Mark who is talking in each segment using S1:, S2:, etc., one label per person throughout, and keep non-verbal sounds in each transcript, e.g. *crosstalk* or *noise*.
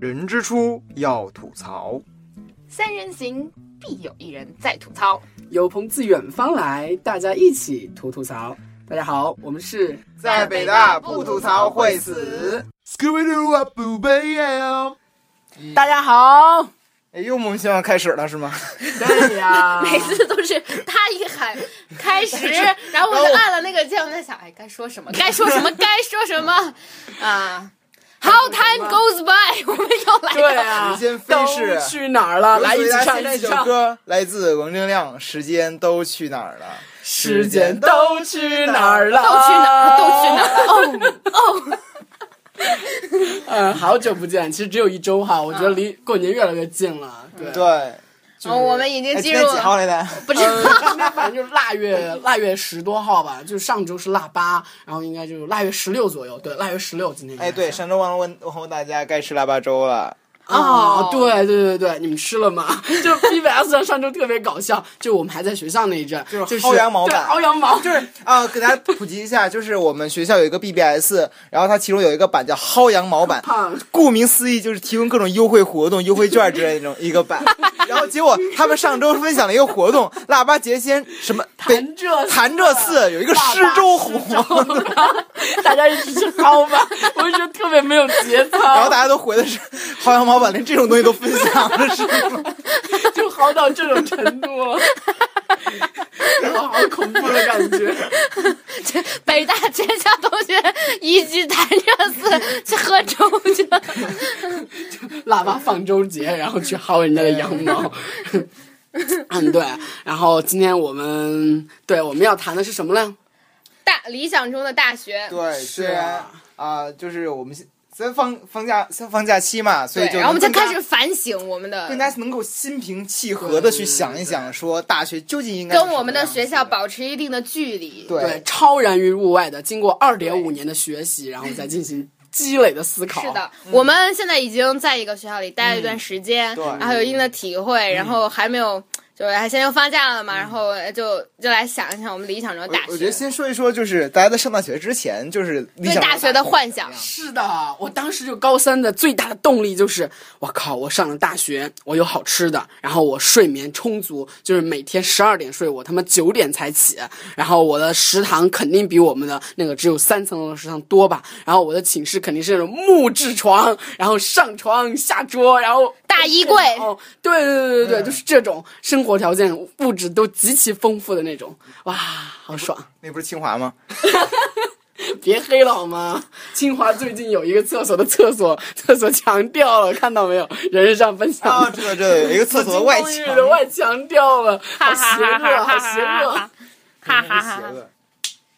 S1: 人之初要吐槽，
S2: 三人行必有一人在吐槽。
S3: 有朋自远方来，大家一起吐吐槽。大家好，我
S2: *laughs*
S3: 们是
S2: 在北大不吐槽会死。
S1: Scooby-Doo 啊，不悲呀！
S3: 大家好。
S1: 哎，又莫名其妙开始了是 *laughs* 吗？
S3: 对
S2: *laughs*
S3: 呀、
S2: 每次都是他一喊开 *laughs* 始，然后我就按了那个键，我在想，哎，该说什么？该说什 *laughs* 么？该说什么？啊，How time goes by，我们 *laughs* 又来
S3: 对
S2: 了。
S3: 啊，
S1: 时间飞
S3: 都
S1: 逝
S3: 去哪儿了？来一起唱
S1: 那
S3: 一起
S1: 首
S3: 唱。
S1: 歌来自王铮亮，《时间都去哪儿了》。
S3: 时间都去哪儿了？
S2: 都去哪儿？都去哪儿？啊哦，
S3: *laughs* 嗯，好久不见，其实只有一周哈，我觉得离过年越来越近了。对，
S1: 对，
S2: 哦我们已经
S1: 哎今
S2: 进入
S1: 天几号
S2: 了，呃
S1: 来的？
S2: 不知道。
S3: 今天反正就是腊月腊月十多号吧，就是上周是腊八，然后应该就是腊月十六左右。对，腊月十六今天应该
S1: 哎，
S3: 是。
S1: 对，上周忘了问问候大家该吃腊八粥了。
S3: 哦
S2: 哦，
S3: 对对对对，你们吃了吗？ *laughs* 就是 PBS 上上周特别搞笑，就我们还在学校那一阵，
S1: 就是
S3: 就是
S1: 薅羊毛
S3: 对，
S1: 吧
S3: 薅羊毛，就是
S1: *laughs* 啊，给大家普及一下，就是我们学校有一个 BBS，然后它其中有一个版叫薅羊毛 *laughs* 版，
S3: 胖
S1: 顾名思义就是提供各种优惠活动、优惠券之类的那种一个
S2: *laughs*
S1: 版。然后结果他们上周分享了一个活动，腊八节先什么对
S3: 谈这
S1: 潭柘寺有一个施粥活动，
S3: 大家一起去薅
S1: *laughs*
S3: 吧，我就觉得特别没有节操，
S1: 然后大家都回的是薅羊毛版，连这种东西都分享了，是吗？
S3: 就薅到这种程度了，哇，好恐怖的感觉。
S2: 北大全校同学一起谈热死去喝粥去了。
S3: 喇叭放周杰，然后去薅人家的羊
S1: *laughs*
S3: 毛。嗯，对。然后今天我们对我们要谈的是什么呢？
S2: *laughs* 大理想中的大学，
S1: *laughs* 对，虽然
S3: 啊
S1: 啊、就是我们现三放放假三放假期嘛，所以就
S2: 然后我们就
S1: 能更加
S2: 开始反省我们的
S1: 更加能够心平气和的去想一想，说大学究竟应该是
S2: 跟我们的
S1: 什么
S2: 学
S1: 样子
S2: 校保持一定的距离。
S1: 对
S3: 对，超然于物外的，经过二点五年的学习，然后再进行积累的思考。
S2: 是的，，我们现在已经在一个学校里待了一段时间，
S1: 嗯对嗯
S2: 然后有一定的体会，然后还没有，就是还现在又放假了嘛，然后呃就就来想一想我们理想中的大学，
S1: 我我觉得先说一说，就是大家在上大学之前，就是理
S2: 对
S1: 想
S2: 大学的幻想。
S3: 是的，我当时就高三的最大的动力就是，我靠，我上了大学，我有好吃的，然后我睡眠充足，就是每天十二点睡，我他妈九点才起，然后我的食堂肯定比我们的那个只有三层楼的食堂多吧，然后我的寝室肯定是那种木质床，然后上床下桌，然后
S2: 大衣柜
S3: 哦，对对对对对，就是这种生活条件物质都极其丰富的那种，哇，好爽。
S1: 那不是清华吗？
S2: *laughs*
S3: 别黑了好吗？清华最近有一个厕所的厕所 *laughs* 厕所墙掉了，看到没有？人人上分享
S1: 啊，这个这个有一个厕所的外
S3: 紫金
S1: 墙
S3: 公寓，的外墙掉了，
S2: 哈
S3: 好邪
S2: 哈哈
S3: 恶，
S2: 哈哈
S3: 好
S2: 哈
S3: 邪恶
S2: 哈！哈哈哈
S1: 邪
S2: 哈！
S1: 恶。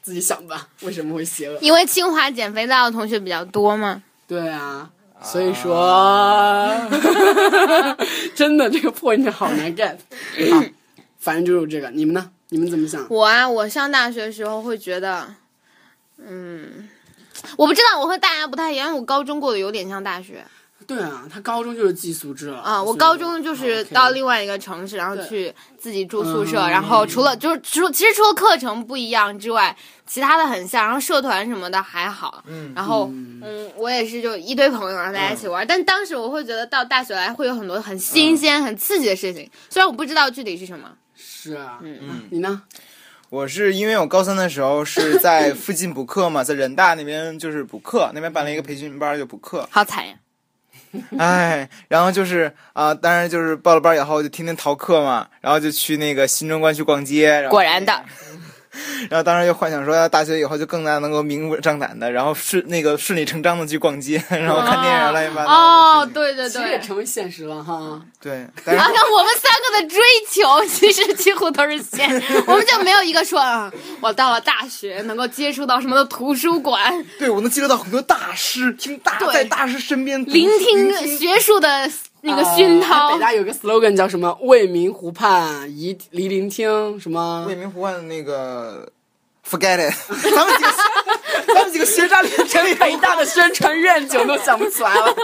S3: 自己想吧，为什么会邪恶？
S2: 因为清华减肥皂的同学比较多嘛，
S3: 对啊，所以说， *laughs* 真的这个 point 好
S1: *laughs*
S3: 难 get。好，反正就是这个，你们呢？你们怎么想？
S2: 我啊，我上大学的时候会觉得，嗯，我不知道，我和大家不太一样，因为我高中过得有点像大学
S3: 对啊，他高中就是寄宿制了
S2: 啊、
S3: 所以
S2: 我高中就是
S3: ，OK
S2: 到另外一个城市，然后去自己住宿舍，
S3: 嗯
S2: 然后除了就是除其实除了课程不一样之外，其他的很像，然后社团什么的还好，嗯，然后嗯我也是就一堆朋友，然后大家一起玩，但当时我会觉得到大学来会有很多很新鲜、很刺激的事情，虽然我不知道具体是什么，
S3: 是啊，嗯，你呢？
S1: 我是因为我高三的时候是
S2: *laughs*
S1: 在附近补课嘛，在人大那边就是补课，那边办了一个培训班就补
S2: *laughs*
S1: 课，
S2: 好惨呀。
S1: 哎，然后就是啊、当然就是报了班以后就天天逃课嘛，然后就去那个新中关去逛街，然后
S2: 果然的，
S1: 然后当时就幻想说，大学以后就更加能够明目张胆的，然后顺那个顺理成章的去逛街，然后看电影乱七八糟
S2: 哦
S1: 的事，情。
S2: 对对
S3: 其实也
S2: 对。
S3: 成为现实了哈。
S1: 对，但
S2: *laughs* 啊，
S1: 是
S2: 那我们三个的追求其实几乎都是现，我们就没有一个说啊，我到了大学能够接触到什么的图书馆，
S1: 对我能接触到很多大师，听大
S2: 对
S1: 在大师身边读
S2: 聆听
S1: 聆听
S2: 学术的那个熏
S3: 呃
S2: 陶
S3: 北。大有个 slogan 叫什么“为民湖畔移黎聆听”什么
S1: 为？民湖畔的那个 forget *laughs* it，咱们几个他们几个学渣连真理都
S3: 北大的宣传愿景都想不起来了，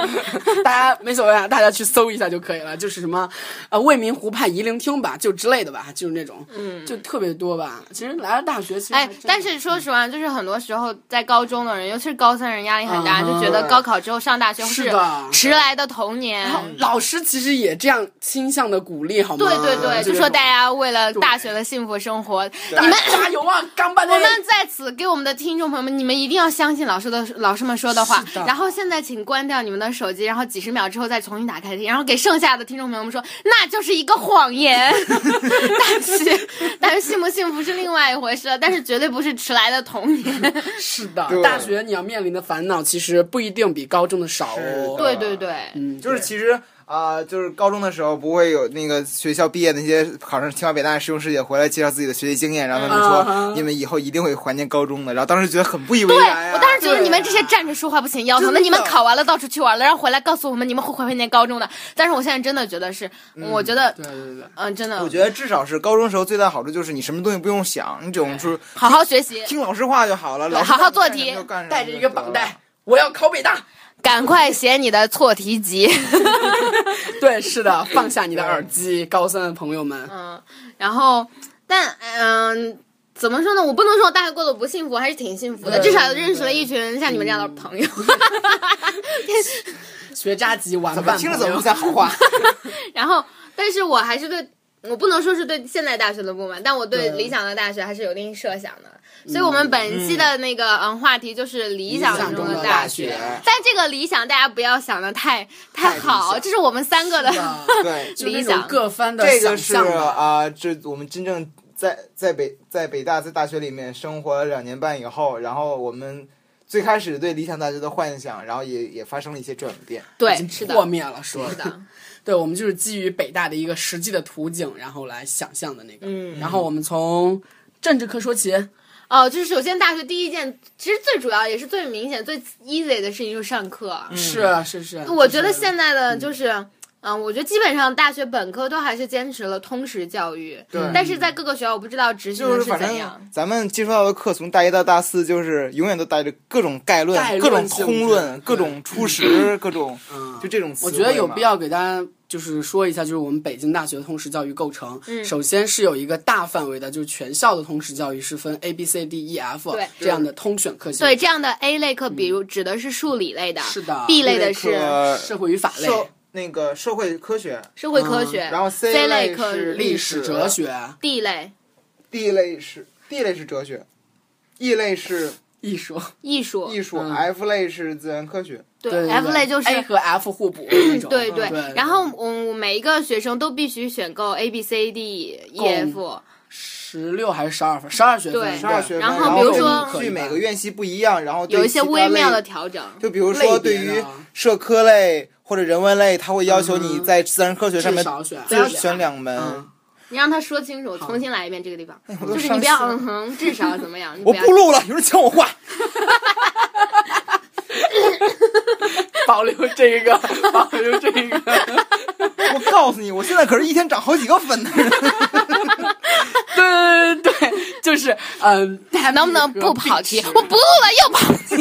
S3: 大家没所谓啊，大家去搜一下就可以了，就是什么呃未名湖畔夷陵厅吧，就之类的吧，就是那种，嗯，就特别多吧。其实来了大学，其实还
S2: 哎
S3: 真，
S2: 但是说实话，就是很多时候在高中的人，尤其是高三人，压力很大，
S3: 嗯
S2: 就觉得高考之后上大学
S3: 是
S2: 会
S3: 的嗯
S2: 迟来的童年。
S3: 老师其实也这样倾向的鼓励，好吗？
S2: 对对对，就
S3: 嗯这
S2: 说
S3: 种
S2: 大家为了大学的幸福生活，你
S3: 大
S2: 们。
S3: 家加油啊，干巴的
S2: 我们在此给我们的听众朋友们，你们一定要相信老师的老师们说的话
S3: 是的。
S2: 然后现在请关掉你们的手机，然后几十秒之后再重新打开，然后给剩下的听众朋友们说，那就是一个谎言。但是，但是幸不幸福是另外一回事了，但是绝对不是迟来的童年。
S3: 是的
S1: 对，
S3: 大学你要面临的烦恼其实不一定比高中的少
S1: 是的
S3: 哦。
S2: 对对对，
S3: 嗯，
S1: 就是其实啊、就是高中的时候不会有那个学校毕业的那些考上清华北大的师兄师姐回来介绍自己的学习经验，然后他们说、
S3: 嗯
S1: 你们以后一定会怀念高中的，然后当时觉得很不以为
S2: 对
S1: 然、啊。
S2: 我当时觉得
S3: 对
S2: 你们这些站着说话不显腰疼
S1: 真
S2: 的，
S1: 的
S2: 你们考完了到处去玩了，然后回来告诉我们你们会怀念高中的。但是我现在真的觉得是，我觉得，
S3: 对对对。
S2: 嗯，真的
S1: 我觉得至少是高中时候最大好处就是你什么东西不用想，你只用是
S2: 好好学习，
S1: 听老师话就好了，老师
S2: 好好做
S1: 干什么
S2: 题
S1: 就干什么
S3: 带着
S1: 就
S3: 嗯一个
S1: 得
S3: 绑
S1: 了
S3: 带，我要考北大。
S2: 赶快写你的错题集。 *laughs*
S3: 对，是的，放下你的耳机，高三的朋友们，
S2: 嗯，然后，但嗯。怎么说呢？我不能说我大学过得不幸福，还是挺幸福的，
S3: 对
S2: 至少认识了一群像你们这样的朋友。
S3: 嗯学渣级玩
S1: 怎么
S3: 伴
S1: 听着
S3: 朋
S1: 怎么
S3: 友
S1: 不。像好话？
S2: *laughs* 然后，但是我还是对我不能说是对现在大学的不满，但我对
S3: 对
S2: 理想的大学还是有一定设想的。
S3: 嗯
S2: 所以，我们本期的那个嗯话题就是理想
S3: 想
S2: 中
S3: 中的
S2: 大
S3: 大学
S2: *laughs* 但这个理想大家不要想的太太
S1: 太理
S2: 好，
S1: 想
S2: 这是我们三个的。
S3: 啊
S1: 对，
S3: *laughs* 就
S2: 理
S3: 那种
S2: 想
S3: 各方的
S1: 这
S3: 想
S1: 个是
S3: 象吧。
S1: 啊、这我们真正在在北在北大在大学里面生活了两年半以后，然后我们最开始对理想大学的幻想，然后也也发生了一些转变。
S3: 已
S2: 对，
S3: 经
S2: 是
S3: 破
S2: 的，
S3: 灭了，说
S2: 是的。
S3: 对，我们就是基于北大的一个实际的图景，然后来想象的那个。
S2: 嗯
S3: 然后我们从政治课说起，
S2: 哦，就是首先大学第一件，其实最主要也是最明显、最 easy 的事情就是上课。
S1: 嗯
S3: 是是是。
S2: 我觉得
S3: 就是
S2: 现在的就是，嗯、我觉得基本上大学本科都还是坚持了通识教育，
S1: 对
S2: 但是在各个学校我不知道执行
S1: 就
S2: 的
S1: 是反
S2: 怎样
S1: 正。咱们接触到的课，从大一到大四，就是永远都带着各种概论、
S3: 概论
S1: 各种
S3: 性质
S1: 通论、各种初识、各种
S3: 嗯
S1: 就这种词
S3: 我
S1: 汇嘛。
S3: 觉得有必要给大家就是说一下，就是我们北京大学的通识教育构成。
S2: 嗯
S3: 首先是有一个大范围的，就是全校的通识教育是分 A B C D E F
S2: 对
S3: 这样的通选课型。
S2: 对，这样的 A 类课，
S1: 嗯
S2: 比如指的是数理类的，
S3: 是的
S2: B 类的
S1: 类
S2: 是
S1: 课
S3: 社会与法类、
S1: 呃社那个社会科学
S2: 社会科学，
S1: 嗯然后 C
S2: 类
S1: 类
S2: 课
S1: 是
S3: 历
S1: 历
S3: 史、
S1: 史
S3: 哲学、
S2: D 类
S1: ，D 类是 D 类是哲学，E 类是
S3: 艺术。
S2: 艺术，
S1: 艺术、
S3: 嗯
S1: f 类是自然科学。
S2: 对
S3: 对对
S2: F 类就是嗯
S3: A 和 F 互补那种。嗯
S2: 对
S3: 对
S1: 嗯
S2: 对，然后我我每一个学生都必须选购 A B C D E
S3: 共
S2: F，
S3: 十六还是十二分？十二学分。
S2: 对
S1: 十二学分，
S2: 然后
S1: 后
S2: 比如说
S1: 根据每个院系不一样，然后对
S2: 有一些
S1: 其他
S2: 微妙
S1: 类
S2: 的，调整。
S1: 就比如说
S3: 类别
S1: 对
S3: 的
S1: 于社科类或者人文类，他会要求你
S2: 嗯
S1: 在自然科学上
S3: 至
S1: 面
S3: 少选。
S1: 至少选两门
S3: 嗯。
S2: 你让他说清楚，重新来一遍这个地方，
S3: 哎
S1: 都
S2: 就是你不要
S1: 伤
S2: 嗯哼，至少怎么样，你
S1: 我
S2: 不要
S1: 不录了，有人抢我话。
S3: 保留这个，保留这
S1: *laughs*
S3: 个。
S1: 我告诉你，我现在可是一天涨好几个粉呢。
S2: *laughs*
S3: 对对对，就是嗯，大家
S2: 哎能不能
S3: 比如
S2: 不
S3: 说
S2: 跑题？
S3: 必吃
S2: 我不录了，又
S3: *laughs*
S2: 跑题。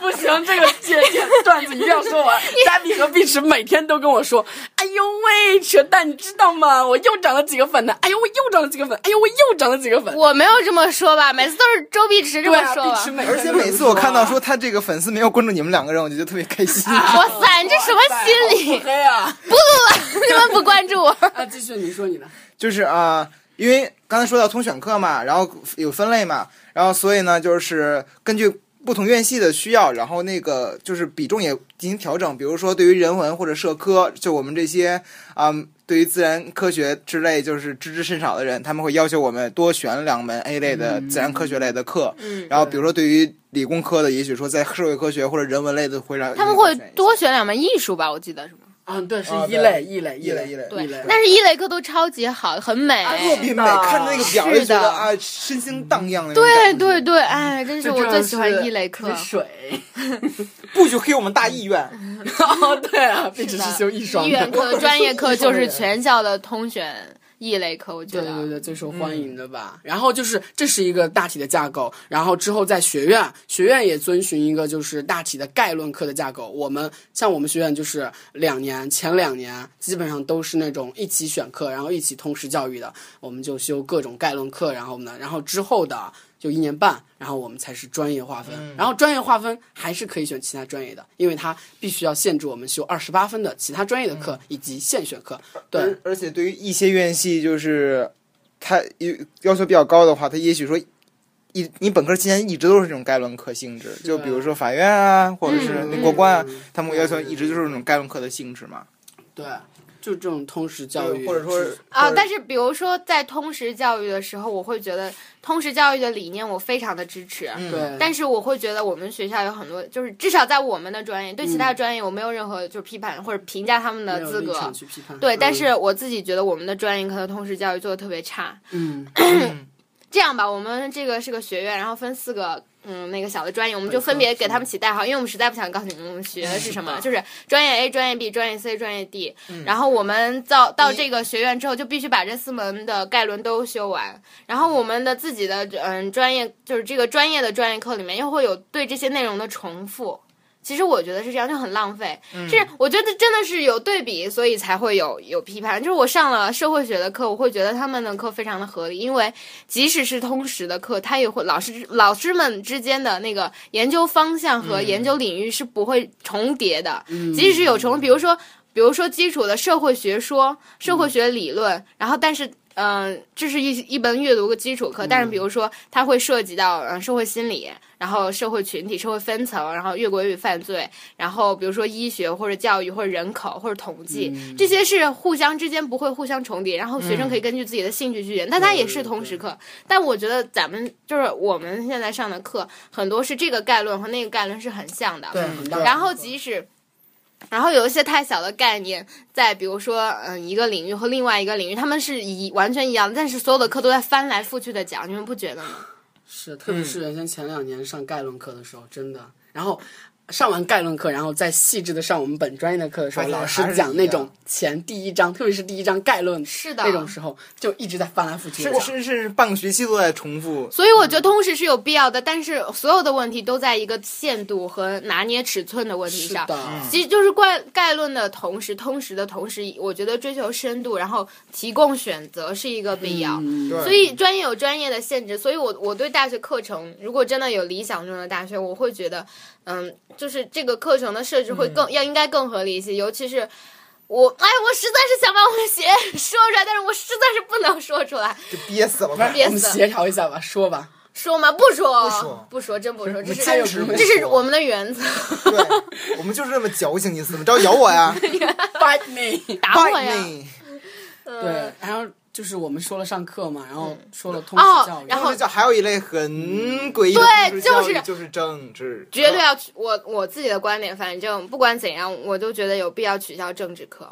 S3: 不行，这个这这段子一定要说
S2: *laughs*
S3: 完。加比和碧池每天都跟我说：“哎呦喂，扯淡，你知道吗？我又涨了几个粉呢！哎呦，我又涨了几个粉！哎呦，我又涨了几个粉！”
S2: 我没有这么说吧，每次都是周碧池这
S3: 对
S2: 么
S3: 啊，
S2: 说
S3: 碧
S2: 吧
S3: 池。每
S1: 而且每次我看到说他这个粉丝没有关注你们两个人，我就觉得特别开心。
S2: 哇塞，你这什么心理？
S3: 黑啊！
S2: 不录了， *laughs* 你们不关注
S3: *laughs*
S2: 我。
S3: 啊，继续你说你的，
S1: 就是啊、因为刚才说到通选课嘛，然后有分类嘛，然后所以呢，就是根据不同院系的需要，然后那个就是比重也进行调整。比如说，对于人文或者社科，就我们这些啊、对于自然科学之类就是知之甚少的人，他们会要求我们多选两门 A 类的自然科学类的课。
S2: 嗯，
S1: 然后，比如说对于理工科的，也许说在社会科学或者人文类的会让
S2: 他们会多选两门艺术吧，我记得是吗？
S3: 嗯，对，是
S1: 啊
S3: 一
S1: 对
S3: 类，一类，
S1: 一类
S3: 类，
S1: 一类
S2: 对
S3: 一类，。啊
S2: 但是一类课都超级好，很美。
S1: 特别美，
S3: 是的
S1: 看着那个表就觉
S2: 是的
S1: 得啊，身心荡漾的那种
S2: 对
S1: 感觉。
S2: 对对，哎，真是
S3: 嗯这
S2: 我
S3: 真
S2: 最
S3: 的
S2: 喜欢
S3: 是
S2: 一类课
S3: 特别。水，
S1: *laughs* 不许黑我们大艺院。
S3: *laughs* 哦，对啊，碧池
S2: 的
S3: 是修艺双
S2: 一元
S3: 的， *laughs*
S2: 课、专业课就是全校的通选异类课，我觉
S3: 对
S2: 得。
S3: 对对，最受欢迎的吧。然后就是这是一个大体的架构，然后之后在学院，学院也遵循一个就是大体的概论课的架构。我们像我们学院就是两年，前两年基本上都是那种一起选课，然后一起通识教育的，我们就修各种概论课，然后呢，然后之后的。就一年半，然后我们才是专业划分，然后专业划分还是可以选其他专业的，因为它必须要限制我们修二十八分的其他专业的课以及现选课。对，
S1: 而而且对于一些院系，就是他要要求比较高的话，他也许说一你本科期间一直都是这种概论课性质，就比如说法院啊，或者是那国关啊，
S3: 嗯
S1: 他们要求一直就是那种概论课的性质嘛，
S3: 对，就这种通识教育，
S1: 或者说
S2: 啊，但是比如说在通识教育的时候，我会觉得通识教育的理念我非常的支持，
S3: 对，
S2: 但是我会觉得我们学校有很多，就是至少在我们的专业，对其他专业我没有任何就是批判或者评价他们的
S3: 嗯没有
S2: 资
S3: 立
S2: 格
S3: 场。去批判。
S2: 对，
S3: 嗯
S2: 但是我自己觉得我们的专业可能通识教育做的特别差。 *clears throat*
S3: 嗯，
S2: 这样吧，我们这个是个学院，然后分四个。嗯，那个小的专业，我们就分别给他们起代号，因为我们实在不想告诉你们我们学的是什么，就是专业 A、专业 B、专业 C、专业 D。然后我们到到这个学院之后，就必须把这四门的概论都修完。然后我们的自己的嗯专业，就是这个专业的专业课里面又会有对这些内容的重复。其实我觉得是这样，就很浪费。是我觉得真的是有对比，所以才会有有批判。就是我上了社会学的课，我会觉得他们的课非常的合理，因为即使是通识的课，它也会老师老师们之间的那个研究方向和研究领域是不会重叠的，即使是有重，比如说比如说基础的社会学说、社会学理论，然后但是。嗯、这是一一门阅读的基础课，但是比如说它会涉及到嗯、呃社会心理，然后社会群体、社会分层，然后越轨与犯罪，然后比如说医学或者教育或者人口或者统计，这些是互相之间不会互相重叠，然后学生可以根据自己的兴趣去选，但它也是通识课。但我觉得咱们就是我们现在上的课，很多是这个概论和那个概论是很像的，
S3: 对，很大
S2: 然后即使，然后有一些太小的概念，在比如说，嗯，一个领域和另外一个领域，他们是一完全一样的，但是所有的课都在翻来覆去的讲，你们不觉得吗？
S3: 是，特别
S1: 嗯
S3: 是原先前两年上概论课的时候，真的，然后。上完概论课，然后再细致的上我们本专业的课的时候，
S1: 发现
S3: 老
S1: 还
S3: 师
S1: 是
S3: 讲
S1: 一
S3: 那
S1: 样
S3: 种前第一章，特别是第一章概论
S2: 是的
S3: 那种时候，就一直在翻来覆去地
S1: 是
S3: 讲。
S1: 是是半个学期都在重复，
S2: 所以我觉得通识是有必要的，但是所有的问题都在一个限度和拿捏尺寸的问题
S3: 是
S2: 上。
S3: 的，
S2: 其实就是概概论的同时，通识的同时，我觉得追求深度，然后提供选择是一个必要。
S3: 嗯，
S1: 对
S2: 所以专业有专业的限制，所以我我对大学课程，如果真的有理想中的大学，我会觉得，嗯，就是这个课程的设置会更、要应该更合理一些，尤其是。我哎，我实在是想把我 *laughs* 们鞋说出来，但是我实在是不能说出来，
S1: 就憋死了吧。
S2: 憋
S3: 我们
S2: 死了
S3: 协调一下吧，
S2: *laughs*
S3: 说吧。
S2: 说吗？不说，不
S1: 说
S2: 真不说，这
S1: 们
S2: 是
S1: 坚持不
S2: 这是
S1: 说
S2: 我们的原
S1: *laughs*
S2: 则。
S1: 对，我们就是这么矫情，你怎么着咬我
S2: *laughs*
S1: 呀
S3: Fight me。
S2: 打我呀！
S1: ？Bite me！
S3: 对，然后就是我们说了上课嘛，然后说了通
S2: 哦
S3: 识教育，
S2: 然后
S1: 通识教还有一类很诡异的
S2: 对
S1: 通识教育
S2: 就是
S1: 就是政治，
S2: 绝对要取我我自己的观点，反正不管怎样，我都觉得有必要取消政治课，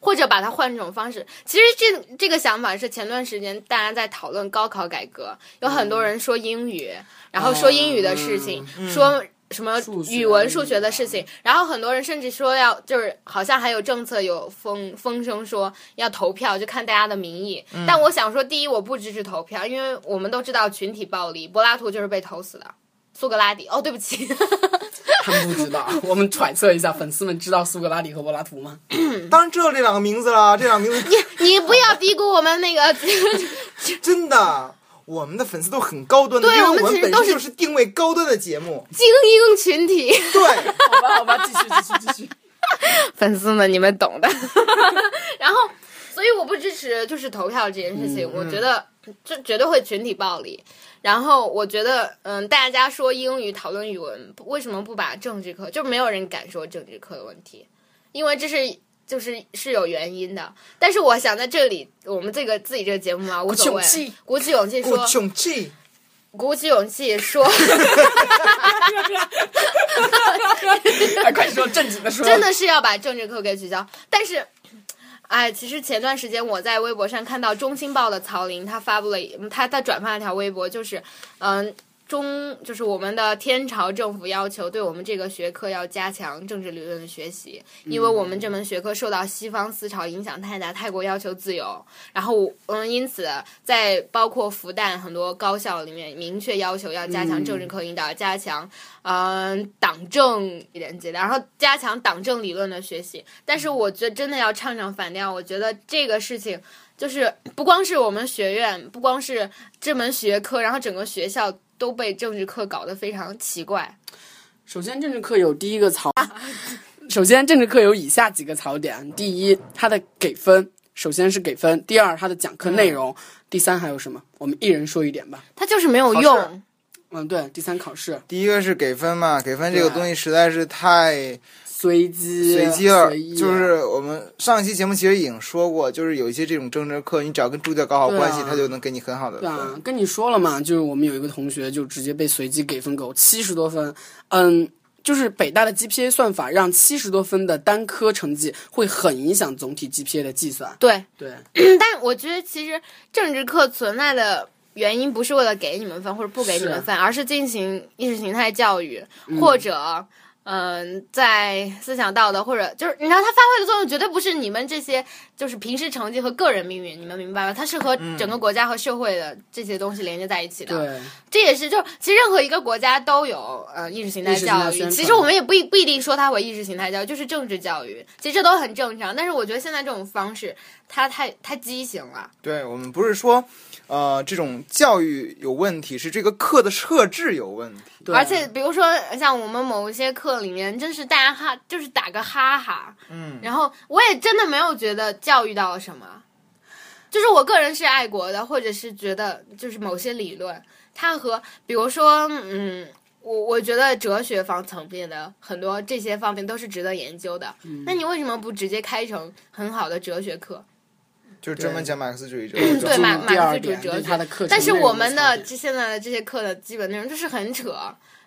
S2: 或者把它换种方式。其实这这个想法是前段时间大家在讨论高考改革，有很多人说英语，然后说英语的事
S1: 哦
S2: 情，
S1: 嗯
S2: 说。什么
S3: 数学
S2: 语文、数学的事情，然后很多人甚至说要，就是好像还有政策有风风声说要投票，就看大家的民意。
S3: 嗯
S2: 但我想说，第一，我不支持投票，因为我们都知道群体暴力，柏拉图就是被投死的。苏格拉底。哦，对不起， *laughs*
S3: 他们不知道， *laughs* 我们揣测一下，粉丝们知道苏格拉底和柏拉图吗？
S1: 当然知道这两个名字了，这两个名字
S2: 你不要低估我们那个。 *laughs*
S1: 真的，我们的粉丝都很高端的，
S2: 对
S1: 因为
S2: 我们
S1: 们
S2: 其实
S1: 本
S2: 都
S1: 身
S2: 是
S1: 就是定位高端的节
S2: *laughs*。
S1: 目
S2: 精英群体，
S1: 对，
S3: 好吧，好吧，继续，继
S2: *laughs*
S3: 续，继续。
S2: 粉丝们你们懂的。 *laughs* 然后，所以我不支持就是投票这件事情，我觉得这绝对会群体暴力。然后我觉得，嗯，大家说英语讨论语文，不为什么不把政治课？就没有人敢说政治课的问题，因为这是。就是是有原因的，但是我想在这里，我们这个自己这个节目啊嘛，无所谓
S3: 鼓起勇
S2: 鼓起勇
S3: 气，
S2: 气
S1: 我
S2: 说，
S1: 穷气，
S2: 鼓起勇气说。
S3: 哎，快说正经的说。
S2: 真的是要把政治课给取消。但是，哎，其实前段时间我在微博上看到《中新报》的曹林，他发布了一，嗯他他转发了一条微博，就是，嗯。中就是我们的天朝政府要求对我们这个学科要加强政治理论的学习，因为我们这门学科受到西方思潮影响太大，泰国要求自由，然后我嗯，因此在包括复旦很多高校里面明确要求要加强政治课引导，加强嗯、党政连接的，然后呃加强党政理论的学习。但是我觉得真的要唱唱反调，我觉得这个事情。就是不光是我们学院，不光是这门学科，然后整个学校都被政治课搞得非常奇怪。
S3: 首先，政治课有第一个槽。首先，政治课有以下几个槽点：第一，它的给分，首先是给分；第二，它的讲课内容；
S2: 嗯
S3: 第三，还有什么？我们一人说一点吧。
S2: 它就是没有
S3: 好
S2: 用，
S3: 嗯，对，第三考试
S1: 第一个是给分嘛，给
S2: 啊
S1: 分这个
S3: 对
S1: 东西实在是太
S3: 随机
S1: 随机
S2: 啊
S1: 了
S3: 随意，
S1: 就是我们上一期节目其实已经说过，就是有一些这种政治课，你只要跟助教搞好
S3: 对啊
S1: 关系，他就能给你很好的
S3: 对啊
S1: 分。，
S3: 跟你说了嘛，就是我们有一个同学就直接被随机给分狗七十多分，嗯，就是北大的 GPA 算法让七十多分的单科成绩会很影响总体 GPA 的计算。
S2: 对。
S3: 对，
S2: 但我觉得其实政治课存在的原因不是为了给你们分或者不给你们分，而是进行意识形态教育、或者。嗯，在思想道德或者就是你知道它发挥的作用绝对不是你们这些就是平时成绩和个人命运，你们明白吗？它是和整个国家和社会的这些东西连接在一起的。
S3: 对，
S2: 这也是就是其实任何一个国家都有呃意识形态
S3: 意识形态
S2: 教
S3: 宣
S2: 育，
S3: 传
S2: 其实我们也不一不一定说它为意识形态教育，就是政治教育，其实这都很正常。但是我觉得现在这种方式，它太太畸形了。
S1: 对我们不是说，呃，这种教育有问题，是这个课的设置有问题。
S3: 对
S2: 而且比如说像我们某一些课里面，真是大家哈就是打个哈哈，嗯，然后我也真的没有觉得教育到了什么，就是我个人是爱国的，或者是觉得就是某些理论，它和比如说嗯。我我觉得哲学方层面的很多这些方面都是值得研究的。那你为什么不直接开成很好的哲学课？
S1: 就是专门讲马克思主义者，
S2: 对
S1: 就是
S2: 马
S3: 这是
S2: 马
S3: 第
S2: 克
S3: 二
S2: 思主义
S3: 点
S2: 哲
S3: 就是
S2: 学，
S3: 他的课程
S2: 但是
S3: 内容
S2: 我们
S3: 的差
S2: 的
S3: 别
S2: 这现在的这些课的基本内容就是很扯，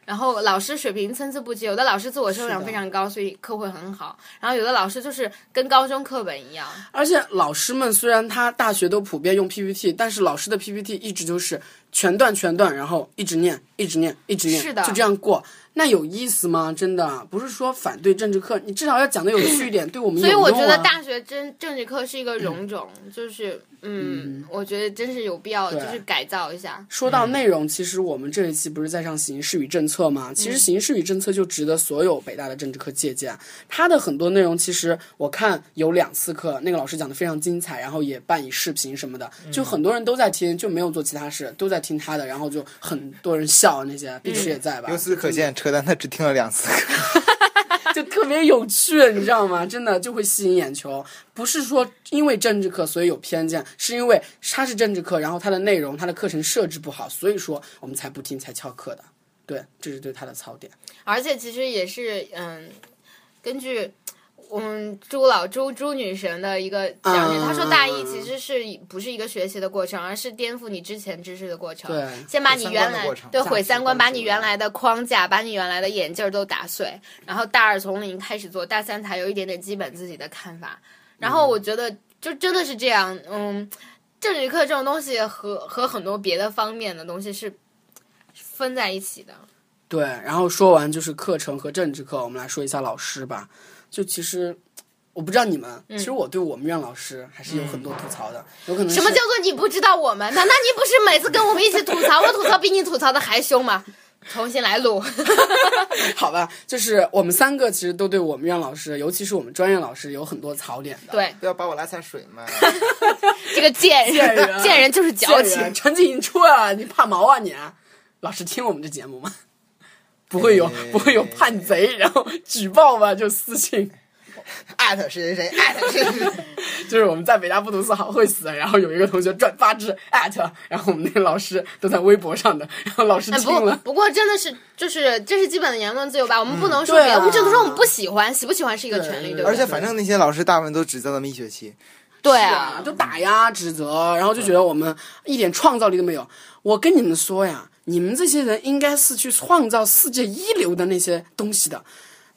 S2: 然后老师水平参差不齐，有的老师自我修养非常高，所以课会很好，然后有的老师就是跟高中课本一样，
S3: 而且老师们虽然他大学都普遍用 PPT，但是老师的 PPT 一直就是全段全段，然后一直念，一直念，一直念，
S2: 是的
S3: 就这样过。那有意思吗？真的不是说反对政治课，你至少要讲的有趣一点，对我们有
S2: 所以
S3: 用啊。
S2: 我觉得大学真政治课是一
S3: *clears throat*
S2: 个荣种，就是嗯，我觉得真是有必要就是改造一下。
S3: 说到内容，其实我们这一期不是在上形式与政策吗？其实形式与政策就值得所有北大的政治课借鉴。啊它的很多内容，其实我看有两次课，那个老师讲的非常精彩，然后也伴以视频什么的，就很多人都在听，就没有做其他事，都在听他的，然后就很多人笑那些，碧池也在吧
S1: 由，此可见，扯淡他只听了两次课。
S3: 就特别有趣，你知道吗？真的就会吸引眼球。不是说因为政治课所以有偏见，是因为它是政治课，然后它的内容、它的课程设置不好，所以说我们才不听才翘课的。对，这是对它的槽点。
S2: 而且其实也是嗯，根据。嗯，朱老朱朱女神的一个讲解，
S3: 嗯
S2: 她说大一其实是一不是一个学习的过程，而是颠覆你之前知识的过程。
S3: 对
S2: 先把你
S1: 毁三
S2: 原
S1: 观
S2: 来
S1: 的过程
S2: 对
S1: 价值
S2: 毁三观，
S3: 观
S2: 把
S3: 之
S2: 你
S3: 类
S2: 原
S3: 的
S2: 来的框架，把你原来的眼镜儿都打碎，然后大二从零开始做，大三才有一点点基本自己的看法。然后
S3: 嗯
S2: 我觉得就真的是这样，嗯，政治课这种东西和和很多别的方面的东西是分在一起的。
S3: 对，然后说完就是课程和政治课，我们来说一下老师吧。就其实我不知道你们，
S2: 嗯
S3: 其实我对我们院老师还是有很多吐槽的，有可能
S2: 什么
S3: 是
S2: 叫做你不知道我们？难道你不是每次跟我们一起吐槽，我吐槽比你吐槽的还凶吗？重新来录， *laughs*
S3: 好吧？就是我们三个其实都对我们院老师，尤其是我们专业老师有很多槽点的。
S2: 对，
S1: *laughs* 不要把我拉下水 *laughs* 嘛！
S2: 这个贱
S3: 贱
S2: 人，
S3: 人
S2: 贱人就是矫情。
S3: *laughs* 人，陈景初啊，你怕毛啊你啊？老师听我们这节目吗？不会有
S1: 哎
S3: 不会有叛贼，然后举报吧，就私信，
S1: 艾特谁谁谁，艾特谁谁谁。
S3: 就是我们在北大不读四好会死，然后有一个同学转发至艾特，然后我们那个老师都在微博上的，然后老师
S2: 哎，不
S3: 听
S2: 过
S3: 了，
S2: 不过真的是，就是这是基本的言论自由吧，我们不能说
S3: 对
S2: 别的，
S3: 啊
S2: 我只能说我们不喜欢，喜不喜欢是一个权利，
S3: 对
S2: 对不
S1: 而
S2: 对？
S1: 且反正那些老师大部分都只教咱们一学期，
S2: 对
S3: 啊，就打压、指责，然后就觉得我们一点创造力都没有。我跟你们说呀，你们这些人应该是去创造世界一流的那些东西的。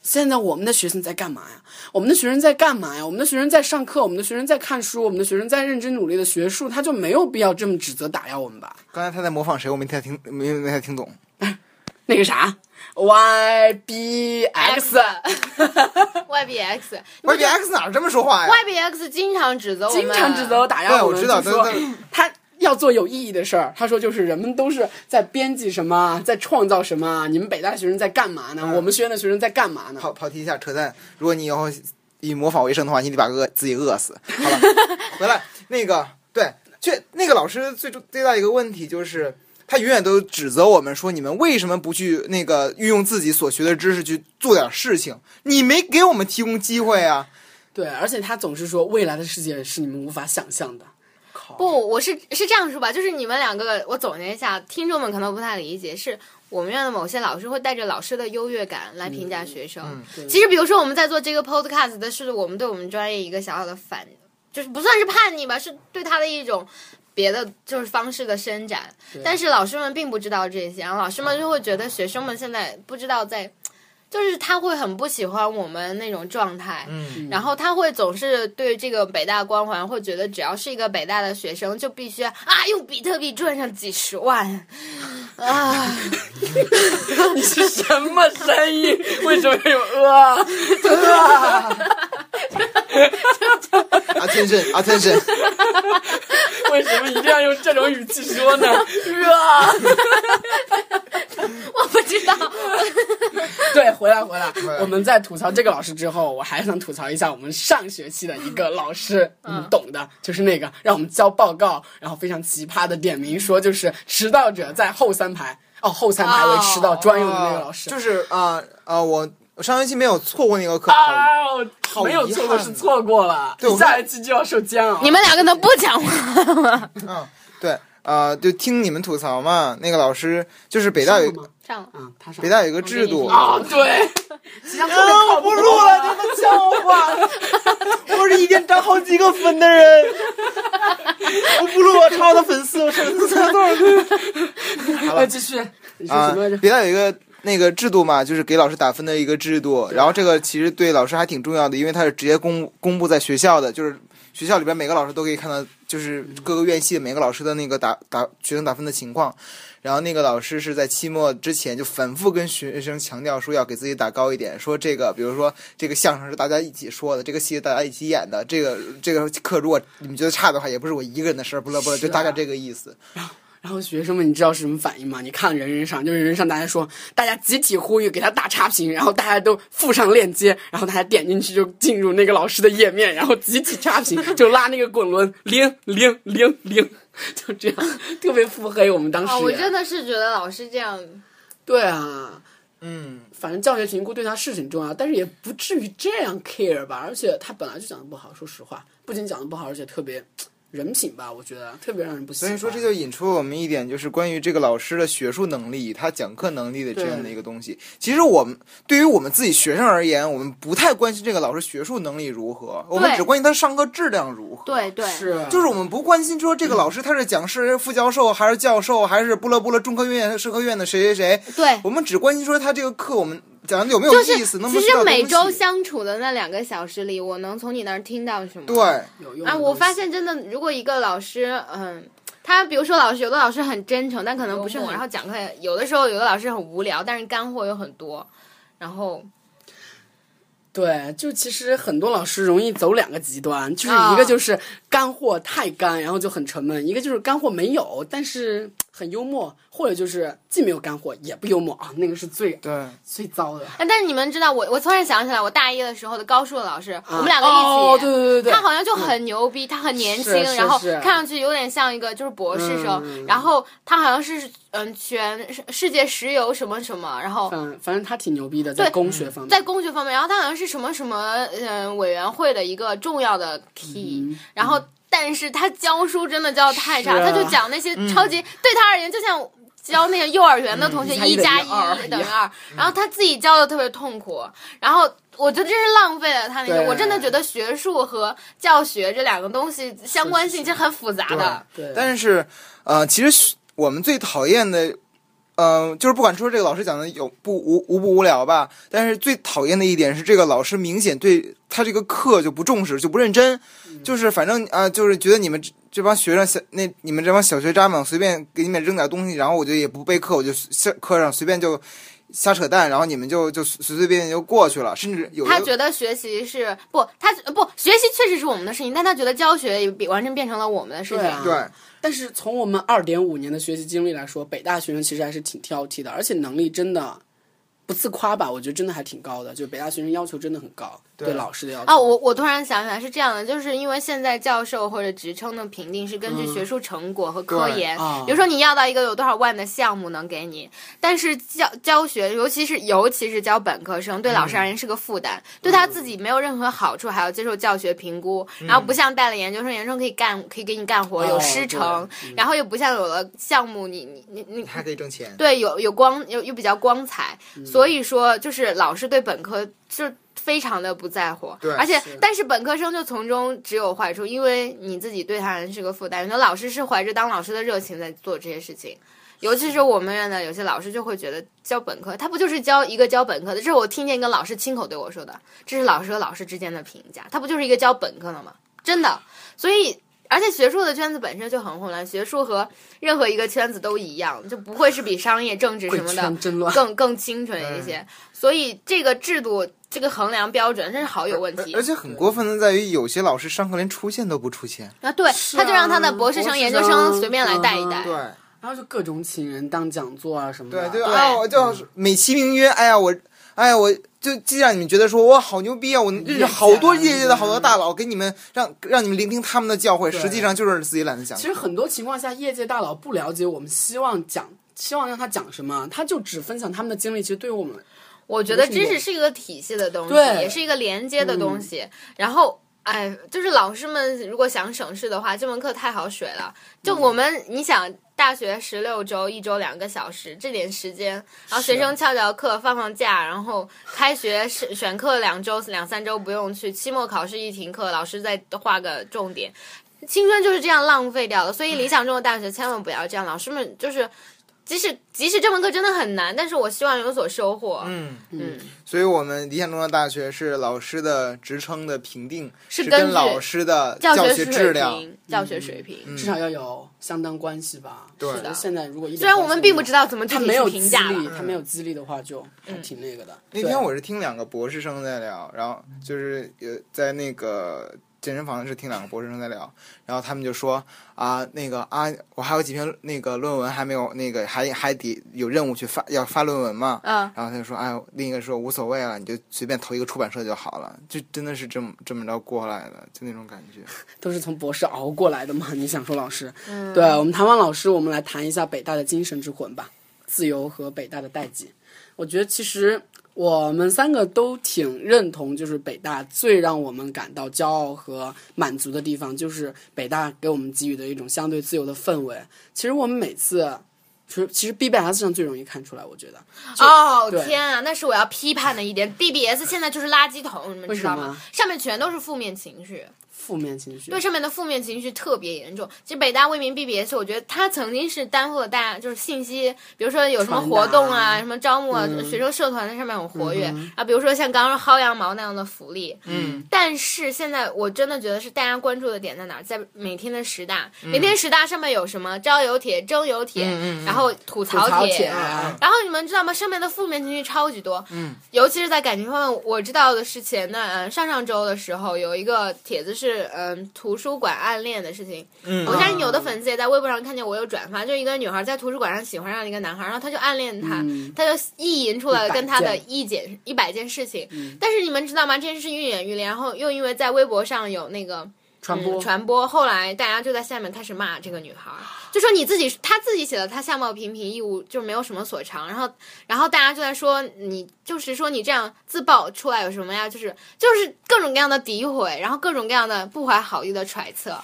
S3: 现在我们的学生在干嘛呀？我们的学生在干嘛呀？我们的学生在上课，我们的学生在看书，我们的学生在认真努力的学术，他就没有必要这么指责打压我们吧？
S1: 刚才他在模仿谁，我没太听，没没太听懂。
S3: 那个啥 Y B X，
S2: YBX，
S1: Y B X 哪儿这么说话呀？
S2: YBX 经常指责我们，
S3: 经常指责我打
S1: 对
S3: 压我
S1: 哎我
S3: 们，
S1: 知道
S3: 就说
S1: 但但
S3: 他要做有意义的事儿。他说就是人们都是在编辑什么，啊在创造什么，啊你们北大学生在干嘛呢？我们学院的学生在干嘛呢？
S1: 跑跑题一下扯淡。如果你以后以模仿为生的话，你得把饿自己饿死。好 *laughs* 了，回来那个对，确那个老师最终最大一个问题就是。他永远都指责我们说：“你们为什么不去那个运用自己所学的知识去做点事情？你没给我们提供机会啊 *laughs*
S3: 对，而且他总是说未来的世界是你们无法想象的。靠，
S2: 不，我是是这样说吧，就是你们两个，我总结一下，听众们可能不太理解，是我们院的某些老师会带着老师的优越感来评价学生。其实，比如说我们在做这个 podcast 的是我们对我们专业一个小小的反，就是不算是叛逆吧，是对他的一种。别的就是方式的伸展，但是老师们并不知道这些，然后老师们就会觉得学生们现在不知道在，就是他会很不喜欢我们那种状态，
S1: 嗯
S2: 然后他会总是对这个北大光环，会觉得只要是一个北大的学生，就必须啊用比特币赚上几十万啊，
S3: 你是什么声音？为什么有呃？！”
S1: ，attention attention，
S3: 为什么一定要用这种语气说呢？啊！
S2: *laughs* 我不知道，
S3: *laughs* 对，回来回来，我们在吐槽这个老师之后，我还想吐槽一下我们上学期的一个老师，你
S1: 嗯
S3: 们懂的，就是那个让我们交报告，然后非常奇葩的点名说，就是迟到者在后三排，哦，后三排为迟到专用的那个老师，
S1: 哦就是啊啊、我我上学期没有错过那个课，
S3: 啊，我
S1: 好
S3: 没有错过
S1: 遗憾
S3: 是错过了，
S1: 对我
S3: 下一期就要受煎
S2: *laughs*
S3: 熬。
S2: 你们两个能不讲话吗？
S1: 嗯，对，啊，就听你们吐槽嘛。那个老师就是北大有一个
S2: 上了，
S3: 嗯，他上
S1: 北大有一个制度
S3: 啊，对，其他特别靠谱
S1: 不录了，你们笑话！我是一天涨好几个粉的人，我不录，我抄我的粉丝，我抄他的粉丝多少个
S3: *laughs* 哎，继续，你说
S1: 啊
S3: 什么来着？？
S1: 北大有一个那个制度嘛，就是给老师打分的一个制度。然后这个其实对老师还挺重要的，因为它是直接公公布在学校的，就是学校里边每个老师都可以看到，就是各个院系每个老师的那个打打学生打分的情况。然后那个老师是在期末之前就反复跟学生强调说要给自己打高一点，说这个比如说这个相声是大家一起说的，这个戏是大家一起演的，这个这个课如果你们觉得差的话，也不是我一个人的事儿，不乐不乐，就大
S3: 啊
S1: 概这个意思。
S3: 然后学生们，你知道是什么反应吗？你看人人上，就是人人上，大家说，大家集体呼吁给他打差评，然后大家都附上链接，然后大家点进去就进入那个老师的页面，然后集体差评，就拉那个滚轮，零零零零，就这样，特别腹黑。我们当时
S2: 啊，
S3: 也，
S2: 我真的是觉得老师这样，
S3: 对啊，
S1: 嗯，
S3: 反正教学评估对他是挺重要，但是也不至于这样 care 吧。而且他本来就讲的不好，说实话，不仅讲的不好，而且特别嗯人品吧，我觉得特别让人不喜
S1: 所
S3: 欢。
S1: 以说，这就引出我们一点，就是关于这个老师的学术能力，他讲课能力的这样的一个东西。其实我们对于我们自己学生而言，我们不太关心这个老师学术能力如何，我们只关心他上课质量如何。
S2: 对嗯对，
S3: 是
S1: 就是我们不关心说这个老师他是讲师、副教授还是教授，还是布勒布勒中科院、社科院的谁谁谁，
S2: 对。
S1: 我们只关心说他这个课我们讲的有没有
S2: 就
S1: 意思，
S2: 是，
S1: 能不能
S2: 其实
S1: 学到
S2: 每
S1: 东
S2: 周
S1: 西
S2: 相处的那两个小时里，我能从你那儿听到什么？
S1: 对，
S3: 有用的
S2: 啊，我
S3: 东西
S2: 发现真的，如果一个老师，嗯，他比如说老师，有的老师很真诚，但可能不是
S3: 幽
S2: 很，
S3: 默
S2: 然后讲课也有的时候有的老师很无聊，但是干货有很多，然后
S3: 对，就其实很多老师容易走两个极端，就是
S2: 啊
S3: 一个就是干货太干，然后就很沉闷；一个就是干货没有，但是很幽默，或者就是既没有干货也不幽默啊，那个是最
S1: 对，
S3: 最糟的。
S2: 哎，但是你们知道，我我突然想起来，我大一的时候的高数的老师，我们两个一起。
S3: 哦，对对对对，
S2: 他好像就很牛逼，他很年轻，
S3: 是是
S2: 然后
S3: 是
S2: 看上去有点像一个就是博士生，
S3: 嗯
S2: 然后他好像是嗯全世世界石油什么什么，然后
S3: 嗯，反正他挺牛逼的，在工学方
S2: 嗯
S3: 面，
S2: 在工学方面，然后他好像是什么什么嗯委员会的一个重要的 key，、然
S3: 嗯
S2: 后但是他教书真的教的太差，
S3: 是
S2: 他
S3: 啊
S2: 就讲那些超级、对他而言就像。教那些幼儿园的同学
S3: 嗯
S2: 一加
S3: 一嗯
S2: 一
S3: 等
S2: 等
S3: 于
S2: 于二，然后他自己教的特别痛苦，然后我觉得真是浪费了他那个，
S3: 对
S2: 我真的觉得学术和教学这两个东西相
S1: 啊
S2: 关性是很复杂的，
S3: 对，
S1: 但是，呃，其实学我们最讨厌的，嗯、就是不管说这个老师讲的有不无无不无聊吧，但是最讨厌的一点是，这个老师明显对他这个课就不重视，就不认真，
S2: 嗯
S1: 就是反正啊、就是觉得你们这这帮学生小那你们这帮小学渣们随便给你们扔点东西，然后我就也不备课，我就下课上随便就瞎扯淡，然后你们就就随随便便就过去了，甚至有的
S2: 他觉得学习是不，他不学习确实是我们的事情，但他觉得教学也比完全变成了我们的事情。
S3: 对啊
S1: 对。
S3: 但是从我们二点五年的学习经历来说，北大学生其实还是挺挑剔的，而且能力真的不自夸吧，我觉得真的还挺高的。就北大学生要求真的很高，对
S1: 对
S3: 老师的要求。
S2: 啊，我我突然想起来是这样的，就是因为现在教授或者职称的评定是根据
S3: 嗯
S2: 学术成果和科
S1: 对
S2: 研，
S3: 啊
S2: 比如说你要到一个有多少万的项目能给你，但是教教学，尤其是尤其是教本科生，对老师
S3: 嗯
S2: 而言是个负担，对他自己没有任何好处，还要接受教学评估，然后不像带了研究生，研究生可以干，可以给你干活，有
S3: 嗯哦
S2: 师
S3: 对
S2: 承，然后又不像有了项目，你你你你
S1: 还可以挣钱，
S2: 对，有有光，有又比较光彩，所以说就是老师对本科就是非常的不在乎，
S1: 对
S2: 而且
S3: 是
S2: 但是本科生就从中只有坏处，因为你自己对他人是个负担。有的老师是怀着当老师的热情在做这些事情，尤其是我们院的有些老师就会觉得教本科，他不就是教一个教本科的？这是我听见一个老师亲口对我说的，这是老师和老师之间的评价，他不就是一个教本科的吗？真的，所以。而且学术的圈子本身就很混乱，学术和任何一个圈子都一样，就不会是比商业、政治
S3: 贵
S2: 什么的
S3: 圈真乱，嗯
S2: 更更清纯一些。所以这个制度、这个衡量标准真是好有问题
S1: 而。且很过分的在于，有些老师上课连出现都不出现，
S2: 啊，对，
S3: 是
S2: 他就让他的
S3: 啊
S2: 博士
S3: 博
S2: 生、
S3: 士
S2: 研究
S3: 生
S2: 生随便来带一
S3: 嗯
S2: 带。
S1: 对。
S3: 然后就各种请人当讲座啊什么的。
S1: 对，就
S2: 对
S1: 哎呀，我就是美其名曰，哎呀，我，哎呀，我就既让你们觉得说我好牛逼啊，我认识好多业界的好多大佬，给你们让让你们聆听他们的教诲，实际上就是自己懒得讲
S3: 其。实很多情况下，业界大佬不了解我们希望讲。希望让他讲什么，他就只分享他们的经历。其实对于我们，
S2: 我觉得
S3: 不是
S2: 知
S3: 有
S2: 识是一个体系的东西，
S3: 对嗯
S2: 也是一个连接的东西。然后，哎，就是老师们如果想省事的话，这门课太好水了。就
S3: 嗯
S2: 我们，你想。大学十六周，一周两个小时，这点时间，然后学
S3: 啊
S2: 生翘翘课、放放假，然后开学选选课两周、两三周不用去，期末考试一停课，老师再画个重点，青春就是这样浪费掉了。所以理想中的大学千万不要这样，老师们就是，即使即使这门课真的很难，但是我希望有所收获。嗯，
S1: 嗯，
S2: 嗯，
S1: 所以我们理想中的大学是老师的职称的评定是
S2: 根
S1: 跟
S2: 据
S1: 老师的
S2: 教
S1: 学质
S2: 水
S1: 量，
S2: 平，教学水平。
S3: 至少要有相当关系吧。对
S1: 是的
S3: 现在如果一虽
S2: 虽然我们并不知道怎么具
S3: 他
S2: 体
S3: 没有
S2: 去
S3: 激
S2: 评价
S3: 励，
S2: 了，嗯
S3: 他没有激励的话，就还挺那个的。
S1: 那天我是听两个博士生在聊，然后就是呃，在那个健身房是听两个博士生在聊，然后他们就说啊，那个啊，我还有几篇那个论文还没有那个还还得有任务去发要发论文嘛，
S2: 嗯
S1: 然后他就说哎，另一个说无所谓了，你就随便投一个出版社就好了，就真的是这么这么着过来的，就那种感觉。
S3: 都是从博士熬过来的嘛。 *laughs* 你想说老师？
S2: 嗯
S3: 对我们谈完老师，我们来谈一下北大的精神之魂吧，自由和北大的代际。我觉得其实我们三个都挺认同，就是北大最让我们感到骄傲和满足的地方，就是北大给我们给予的一种相对自由的氛围。其实我们每次。其实，其实 BBS 上最容易看出来，我觉得
S2: 哦
S3: 对
S2: 天啊，那是我要批判的一点。BBS 现在就是垃圾桶，你们知道
S3: 为什
S2: 吗
S3: 么？
S2: 上面全都是负面情绪，
S3: 负面情绪
S2: 对上面的负面情绪特别严重。其实北大为民 BBS，我觉得他曾经是担负了大就是信息，比如说有什么活动啊、
S3: 传达
S2: 什么招募啊，学生社团在上面很活跃、啊，比如说像刚刚薅羊毛那样的福利，嗯，但是现在我真的觉得是大家关注的点在哪儿，在每天的十大，每天十大上面有什么招有帖、征有帖，然后嗯吐槽
S3: 吐槽
S2: 帖
S3: 帖啊
S2: 然后你们知道吗？上面的负面情绪超级多，嗯，尤其是在感情方面，我知道的是前段呃上上周的时候有一个帖子是嗯、图书馆暗恋的事情，嗯，我相信有的粉丝也在微博上看见我有转发，就一个女孩在图书馆上喜欢上一个男孩，然后她就暗恋他，她就意淫出来了跟他的
S3: 100件
S2: 嗯一件嗯一百件事情，但是你们知道吗？这件事情愈演愈烈，然后又因为在微博上有那个。
S3: 传播、
S2: 传播，后来大家就在下面开始骂这个女孩儿，就说你自己，她自己写的，她相貌平平，一无就没有什么所长，然后，然后大家就在说你，就是说你这样自曝出来有什么呀？就是就是各种各样的诋毁，然后各种各样的不怀好意的揣测，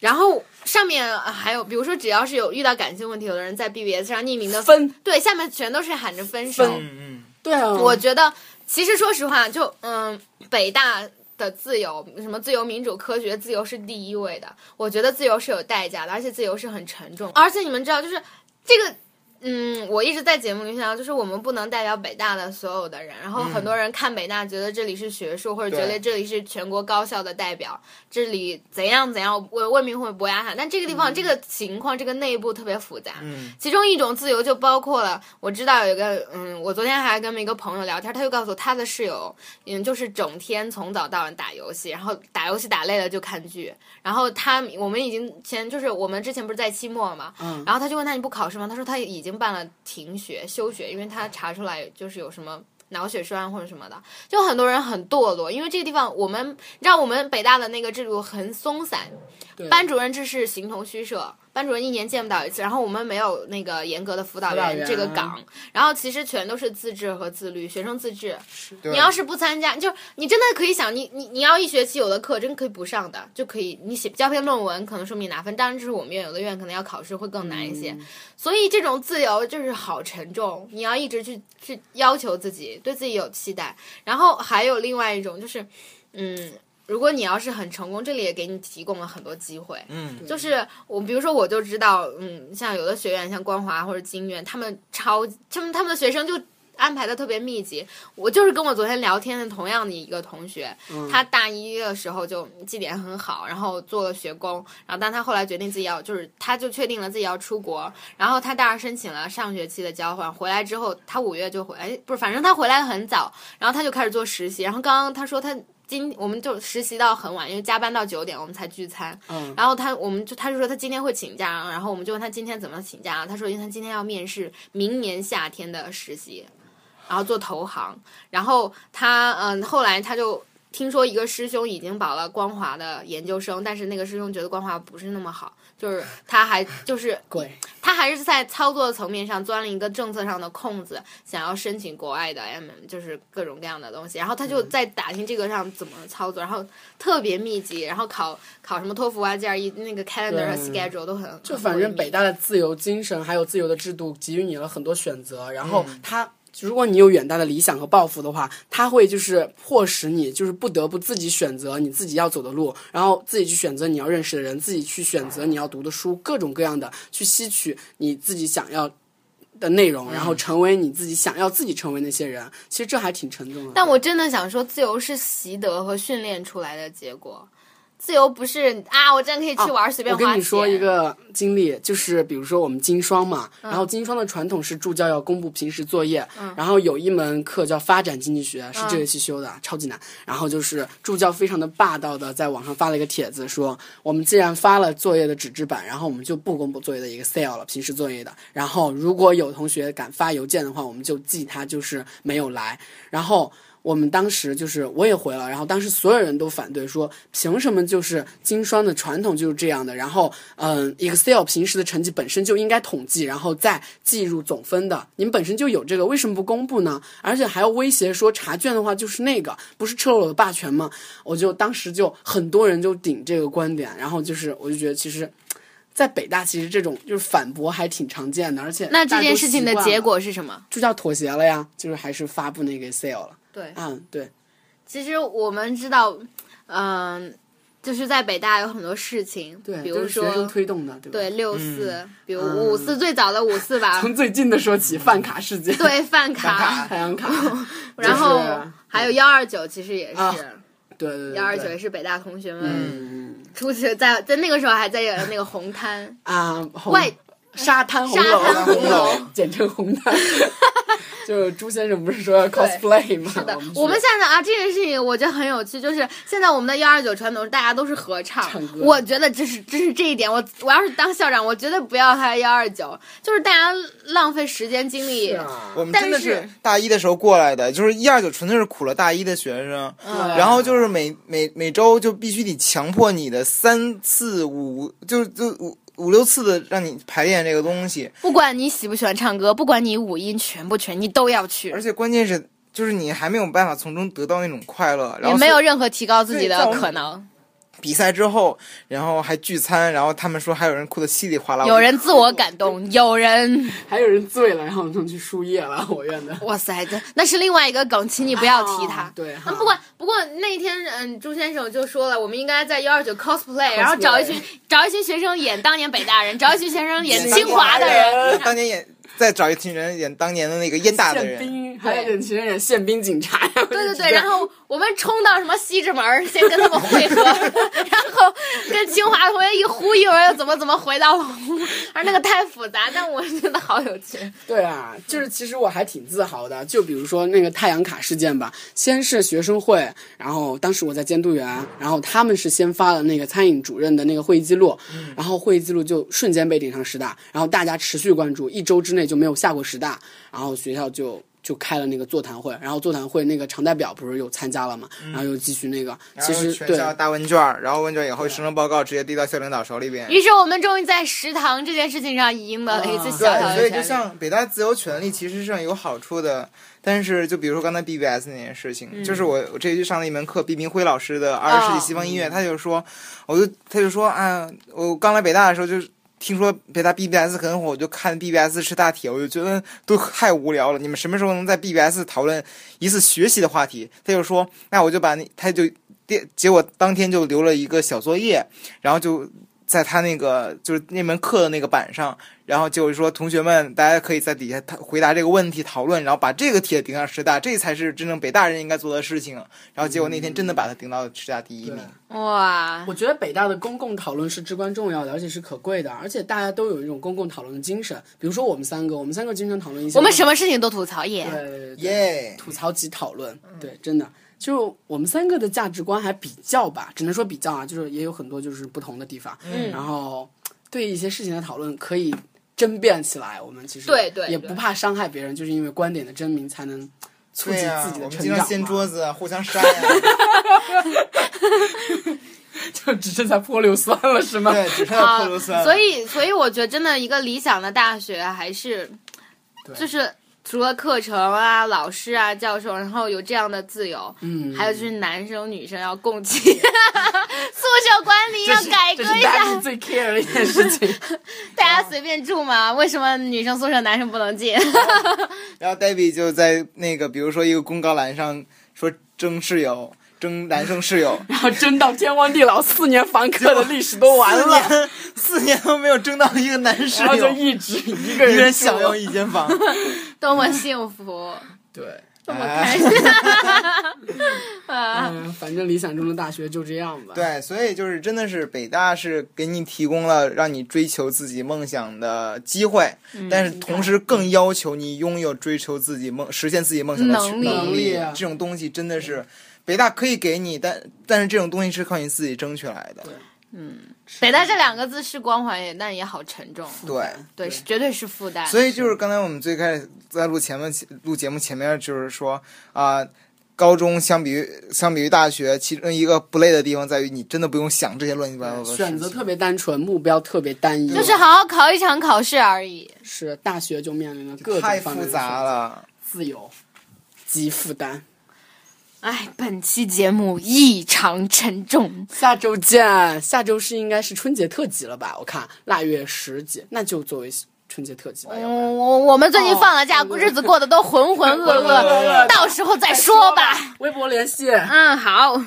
S2: 然后上面呃还有，比如说只要是有遇到感情问题，有的人在 BBS 上匿名的，
S3: 分
S2: 对，下面全都是喊着分手，
S3: 分
S1: 嗯
S3: 对啊，
S2: 我觉得，其实说实话，就嗯，北大的自由，什么自由、民主、科学，自由是第一位的。我觉得自由是有代价的，而且自由是很沉重。而且你们知道，就是这个嗯，我一直在节目里想到，就是我们不能代表北大的所有的人，然后很多人看北大觉得这里是学术，或者觉得这里是全国高校的代表，这里怎样怎样，我未免会博雅喊，但这个地方、这个情况这个内部特别复杂。
S1: 嗯
S2: 其中一种自由就包括了，我知道有一个，嗯，我昨天还跟一个朋友聊天，他就告诉我他的室友，嗯，就是整天从早到晚打游戏，然后打游戏打累了就看剧，然后他我们已经前就是我们之前不是在期末嘛，
S3: 嗯
S2: 然后他就问他你不考试吗？他说他已经办了停学休学，因为他查出来就是有什么。脑血栓或者什么的，就很多人很堕落，因为这个地方我们，你知道我们北大的那个制度很松散，班主任制是形同虚设，班主任一年见不到一次，然后我们没有那个严格的辅导
S3: 辅导
S2: 员
S3: 员
S2: 这个岗，然后其实全都是自治和自律，学生自治。
S1: 对
S2: 你要是不参加，就是你真的可以想，你你你要一学期有的课真可以不上的，就可以你写交篇论文，可能说明拿分。当然，这是我们院有的院可能要考试会更难一些，
S3: 嗯
S2: 所以这种自由就是好沉重，你要一直去去要求自己，对自己有期待。然后还有另外一种就是，嗯。如果你要是很成功，这里也给你提供了很多机会。
S1: 嗯，
S2: 就是我，比如说我就知道，嗯，像有的学院，像光华或者京院，他们超他们他们的学生就安排的特别密集。我就是跟我昨天聊天的同样的一个同学，他大一的时候就绩点很好，然后做了学工，然后但他后来决定自己要，就是他就确定了自己要出国，然后他大二申请了上学期的交换，回来之后他五月就回，哎，不是，反正他回来很早，然后他就开始做实习，然后刚刚他说他。今我们就实习到很晚，因为加班到九点，我们才聚餐。
S3: 嗯
S2: 然后他我们就他就说他今天会请假，然后我们就问他今天怎么请假，他说因为他今天要面试明年夏天的实习，然后做投行，然后他嗯后来他就。听说一个师兄已经保了光华的研究生，但是那个师兄觉得光华不是那么好，就是他还就是 *laughs*
S3: 对，
S2: 他还是在操作层面上钻了一个政策上的空子，想要申请国外的 M，就是各种各样的东西。然后他就在打听这个上怎么操作，然后特别密集，然后考考什么托福啊、GRE 那个 calendar 和
S3: 对
S2: schedule 都很
S3: 就反正北大的自由精神还有自由的制度给予你了很多选择，然后
S2: 嗯
S3: 它。如果你有远大的理想和抱负的话，它会就是迫使你，就是不得不自己选择你自己要走的路，然后自己去选择你要认识的人，自己去选择你要读的书，各种各样的去吸取你自己想要的内容，然后
S2: 嗯
S3: 成为你自己想要自己成为那些人。其实这还挺沉重的。
S2: 但我真的想说，自由是习得和训练出来的结果，自由不是啊，我真的可以去玩，随便
S3: 哦我
S2: 花钱。嗯
S3: 跟你说一个经历，就是比如说我们经双嘛，然后经双的传统是助教要公布平时作业，然后有一门课叫发展经济学，是
S2: 嗯
S3: 这学期修的，超级难。然后就是助教非常的霸道的在网上发了一个帖子说，我们既然发了作业的纸质版，然后我们就不公布作业的 Excel 了，平时作业的。然后如果有同学敢发邮件的话，我们就记他就是没有来。然后我们当时就是我也回了，然后当时所有人都反对说，凭什么就是经双的传统就是这样的？然后嗯，Excel 平时的成绩本身就应该统计，然后再计入总分的，你们本身就有这个，为什么不公布呢？而且还要威胁说查卷的话就是那个，不是赤裸裸的霸权吗？我就当时就很多人就顶这个观点，然后就是我就觉得其实。在北大，其实这种就是反驳还挺常见的，而且
S2: 那这
S3: 大家
S2: 件
S3: 都
S2: 事情
S3: 习
S2: 的
S3: 惯
S2: 结
S3: 了
S2: 果是什么？
S3: 就叫妥协了呀，就是还是发布那个 sale 了。
S2: 对
S3: 嗯，对，
S2: 其实我们知道，嗯、就是在北大有很多事情，
S3: 对，
S2: 比如
S3: 都是学生
S2: 说
S3: 推动的，对吧？
S2: 对，六四，比如五四最早的五四吧，
S3: 从最近的说起，饭卡事件，，
S2: 对饭卡，
S3: 海洋卡，
S2: *laughs* 然
S3: 就
S2: 后
S3: 是
S2: 还有幺二九，其实也
S3: 啊
S2: 是
S3: 对对对，
S2: 幺二九
S3: 对
S2: 也是北大同学们
S3: 嗯
S2: 出去在在那个时候还在那个红 *laughs* 滩
S3: 啊，红
S2: 外
S3: 沙滩红
S2: 沙
S3: 楼，
S2: 滩红楼。
S3: 简称红毯。 *laughs* 就是朱先生不是说要 cosplay 吗？是
S2: 的，
S3: 我
S2: 我们
S3: 们去
S2: 现在啊，这件事情我觉得很有趣，就是现在我们的幺二九传统，大家都是合唱。
S3: 唱歌
S2: 我觉得这是这是这一点，我我要是当校长，我绝对不要他幺二九，就是大家浪费时间精力。
S3: 是啊
S1: 我们
S2: 但
S1: 真的
S2: 是
S1: 是大一的时候过来的，就是一二九纯粹是苦了大一的学生，
S3: 嗯
S1: 然后就是每每每周就必须得强迫你的三次五，就就五五六次的让你排练这个东西，
S2: 不管你喜不喜欢唱歌，不管你五音全不全，你都要去
S1: 而，且关键是就是你还没有办法从中得到那种快乐，然
S2: 也
S1: 后
S2: 没有任何提高自己
S1: 对在
S2: 的
S1: 我们
S2: 可能。
S1: 比赛之后，然后还聚餐，然后他们说还有人哭的稀里哗啦，
S2: 有人自我感动，有人，
S3: 嗯还有人醉了，然后就去输液了。我院的，
S2: *laughs* 哇塞，这那是另外一个梗，请你不要提他。
S1: 哦
S3: 啊对哈
S2: 那不管不过那天，嗯，朱先生就说了，我们应该在幺二九 cosplay，然
S1: *laughs*
S2: 后找一群找一群学生演当年北大人，找一群学生演清华的
S1: 当年
S2: 人。
S1: 当年演再找一群人演当年的那个燕大的
S3: 宪
S1: 人，
S3: 兵，还有其他人宪兵警察呀。
S2: 对
S3: *laughs*
S2: 对
S1: *laughs*
S2: 对，然后我们冲到什么西直门儿，先跟他们会
S1: *laughs*
S2: 合，然后跟清华同学一呼一会儿又怎么怎么回到龙湖， *laughs* 而那个太复杂，但我觉得好有趣。
S3: 对啊，就是 *laughs* 其实我还挺自豪的。就比如说那个太阳卡事件吧，先是学生会，然后当时我在监督员，然后他们是先发了那个餐饮主任的那个会议记录，
S1: 嗯
S3: 然后会议记录就瞬间被顶上十大，然后大家持续关注，一周之内就没有下过十大，然后学校就。就开了那个座谈会，然后座谈会那个常代表不是又参加了嘛，然后又继续那个，
S1: 嗯
S3: 其
S1: 然后
S3: 实
S1: 全
S3: 对
S1: 校大问卷儿，然后问卷以后生成报告直接递到校领导手里边。
S2: 于是我们终于在食堂这件事情上赢得了一次小
S1: 对，
S2: 小
S1: 所
S2: 的
S1: 以就
S2: 权利。
S1: 像北大自由权利其实上有好处的，但是就比如说刚才 BBS 那件事情，
S2: 嗯
S1: 就是我我这一上了一门课，毕明辉老师的二十世纪西方音乐，
S2: 哦
S1: 他就说，我就他就说啊，我刚来北大的时候就是。听说北大 BBS 很火，我就看 BBS 吃大铁，我就觉得都太无聊了。你们什么时候能在 BBS 讨论一次学习的话题？他就说，那我就把那他就结结果当天就留了一个小作业，然后就在他那个就是那门课的那个板上，然后就是说同学们，大家可以在底下他回答这个问题讨论，然后把这个帖顶上十大，这才是真正北大人应该做的事情。然后结果那天真的把他顶到十大第一名。
S2: 哇，
S3: 我觉得北大的公共讨论是至关重要的，而且是可贵的，而且大家都有一种公共讨论的精神。比如说我们三个，我们三个经常讨论一些
S2: 我们什么事情都吐槽耶。
S3: 对对对
S1: 耶
S3: 吐槽及讨论，对，真的。就我们三个的价值观还比较吧，只能说比较啊，就是也有很多就是不同的地方，
S2: 嗯
S3: 然后对一些事情的讨论可以争辩起来，我们其实
S2: 对对
S3: 也
S2: 对
S3: 不怕伤害别人，就是因为观点的争鸣才能促
S1: 对
S3: 进
S1: 呀、
S3: 自己
S1: 我们
S3: 的成
S1: 经
S3: 长嘛。
S1: 常掀桌子啊，互相扇呀、
S3: 就只剩下泼硫酸了，是吗？
S1: 对，只剩
S3: *laughs*
S1: 下
S2: 啊
S1: 破硫酸。
S2: *laughs* 所以，所以我觉得真的一个理想的大学还是，就是除了课程啊、老师啊、教授，然后有这样的自由，嗯，还有就是男生女生要共 *laughs* 寝，宿舍管理
S3: 这
S2: 要
S3: 是
S2: 改革
S3: 这是啊
S2: 一
S3: 大家
S2: 下
S3: 是，最 care 的一件事情。
S2: 大家随便住嘛？为什么女生宿舍男生不能进？ *laughs*
S1: 然后 David 就在那个比如说一个公告栏上说争室友，争男生室友。
S3: 然后争到天荒地老，四年房客的历史都完了，
S1: 四年，四年都没有争到一个男室
S3: 然后就
S1: 友，
S3: 一直一个
S1: 一人
S3: 人
S1: 享
S3: 要
S1: 用一间房。
S2: 多么幸福，
S3: 对。
S2: 多么
S1: 哎
S2: 开心啊！
S3: *laughs* 嗯，反正理想中的大学就这样吧。，
S1: 对，所以就是真的是北大是给你提供了让你追求自己梦想的机会，
S2: 嗯
S1: 但是同时更要求你拥有追求自己梦、实现自己梦想的
S2: 能
S1: 去
S2: 力
S1: 能
S3: 能力啊
S1: 这种东西真的是北大可以给你，但但是这种东西是靠你自己争取来的。
S2: 北大这两个字是光环，也但也好沉重，
S1: 对，
S2: 对，是绝对是负担。
S1: 所以就是刚才我们最开始在录前面录节目前面就是说啊、高中相比于相比于大学，其中一个不累的地方在于你真的不用想这些乱七八糟的事情，
S3: 选择特别单纯，目标特别单一，
S2: 就是好好考一场考试而已。
S3: 是大学就面临了各种
S1: 太
S3: 方面
S1: 复
S3: 的
S1: 杂
S3: 选择，
S1: 了。
S3: 自由及负担。
S2: 哎，本期节目异常沉重，
S3: 下周见，下周是应该是春节特辑了吧？我看腊月十几，那就作为春节特辑吧。要不然
S2: 我哎我我们最近放了假，
S3: 哦
S2: 日子过得都浑浑噩
S3: *laughs* 浑浑
S2: 噩，
S3: 噩噩
S2: 到时候再说吧。
S3: 微博联系。
S2: 嗯，好。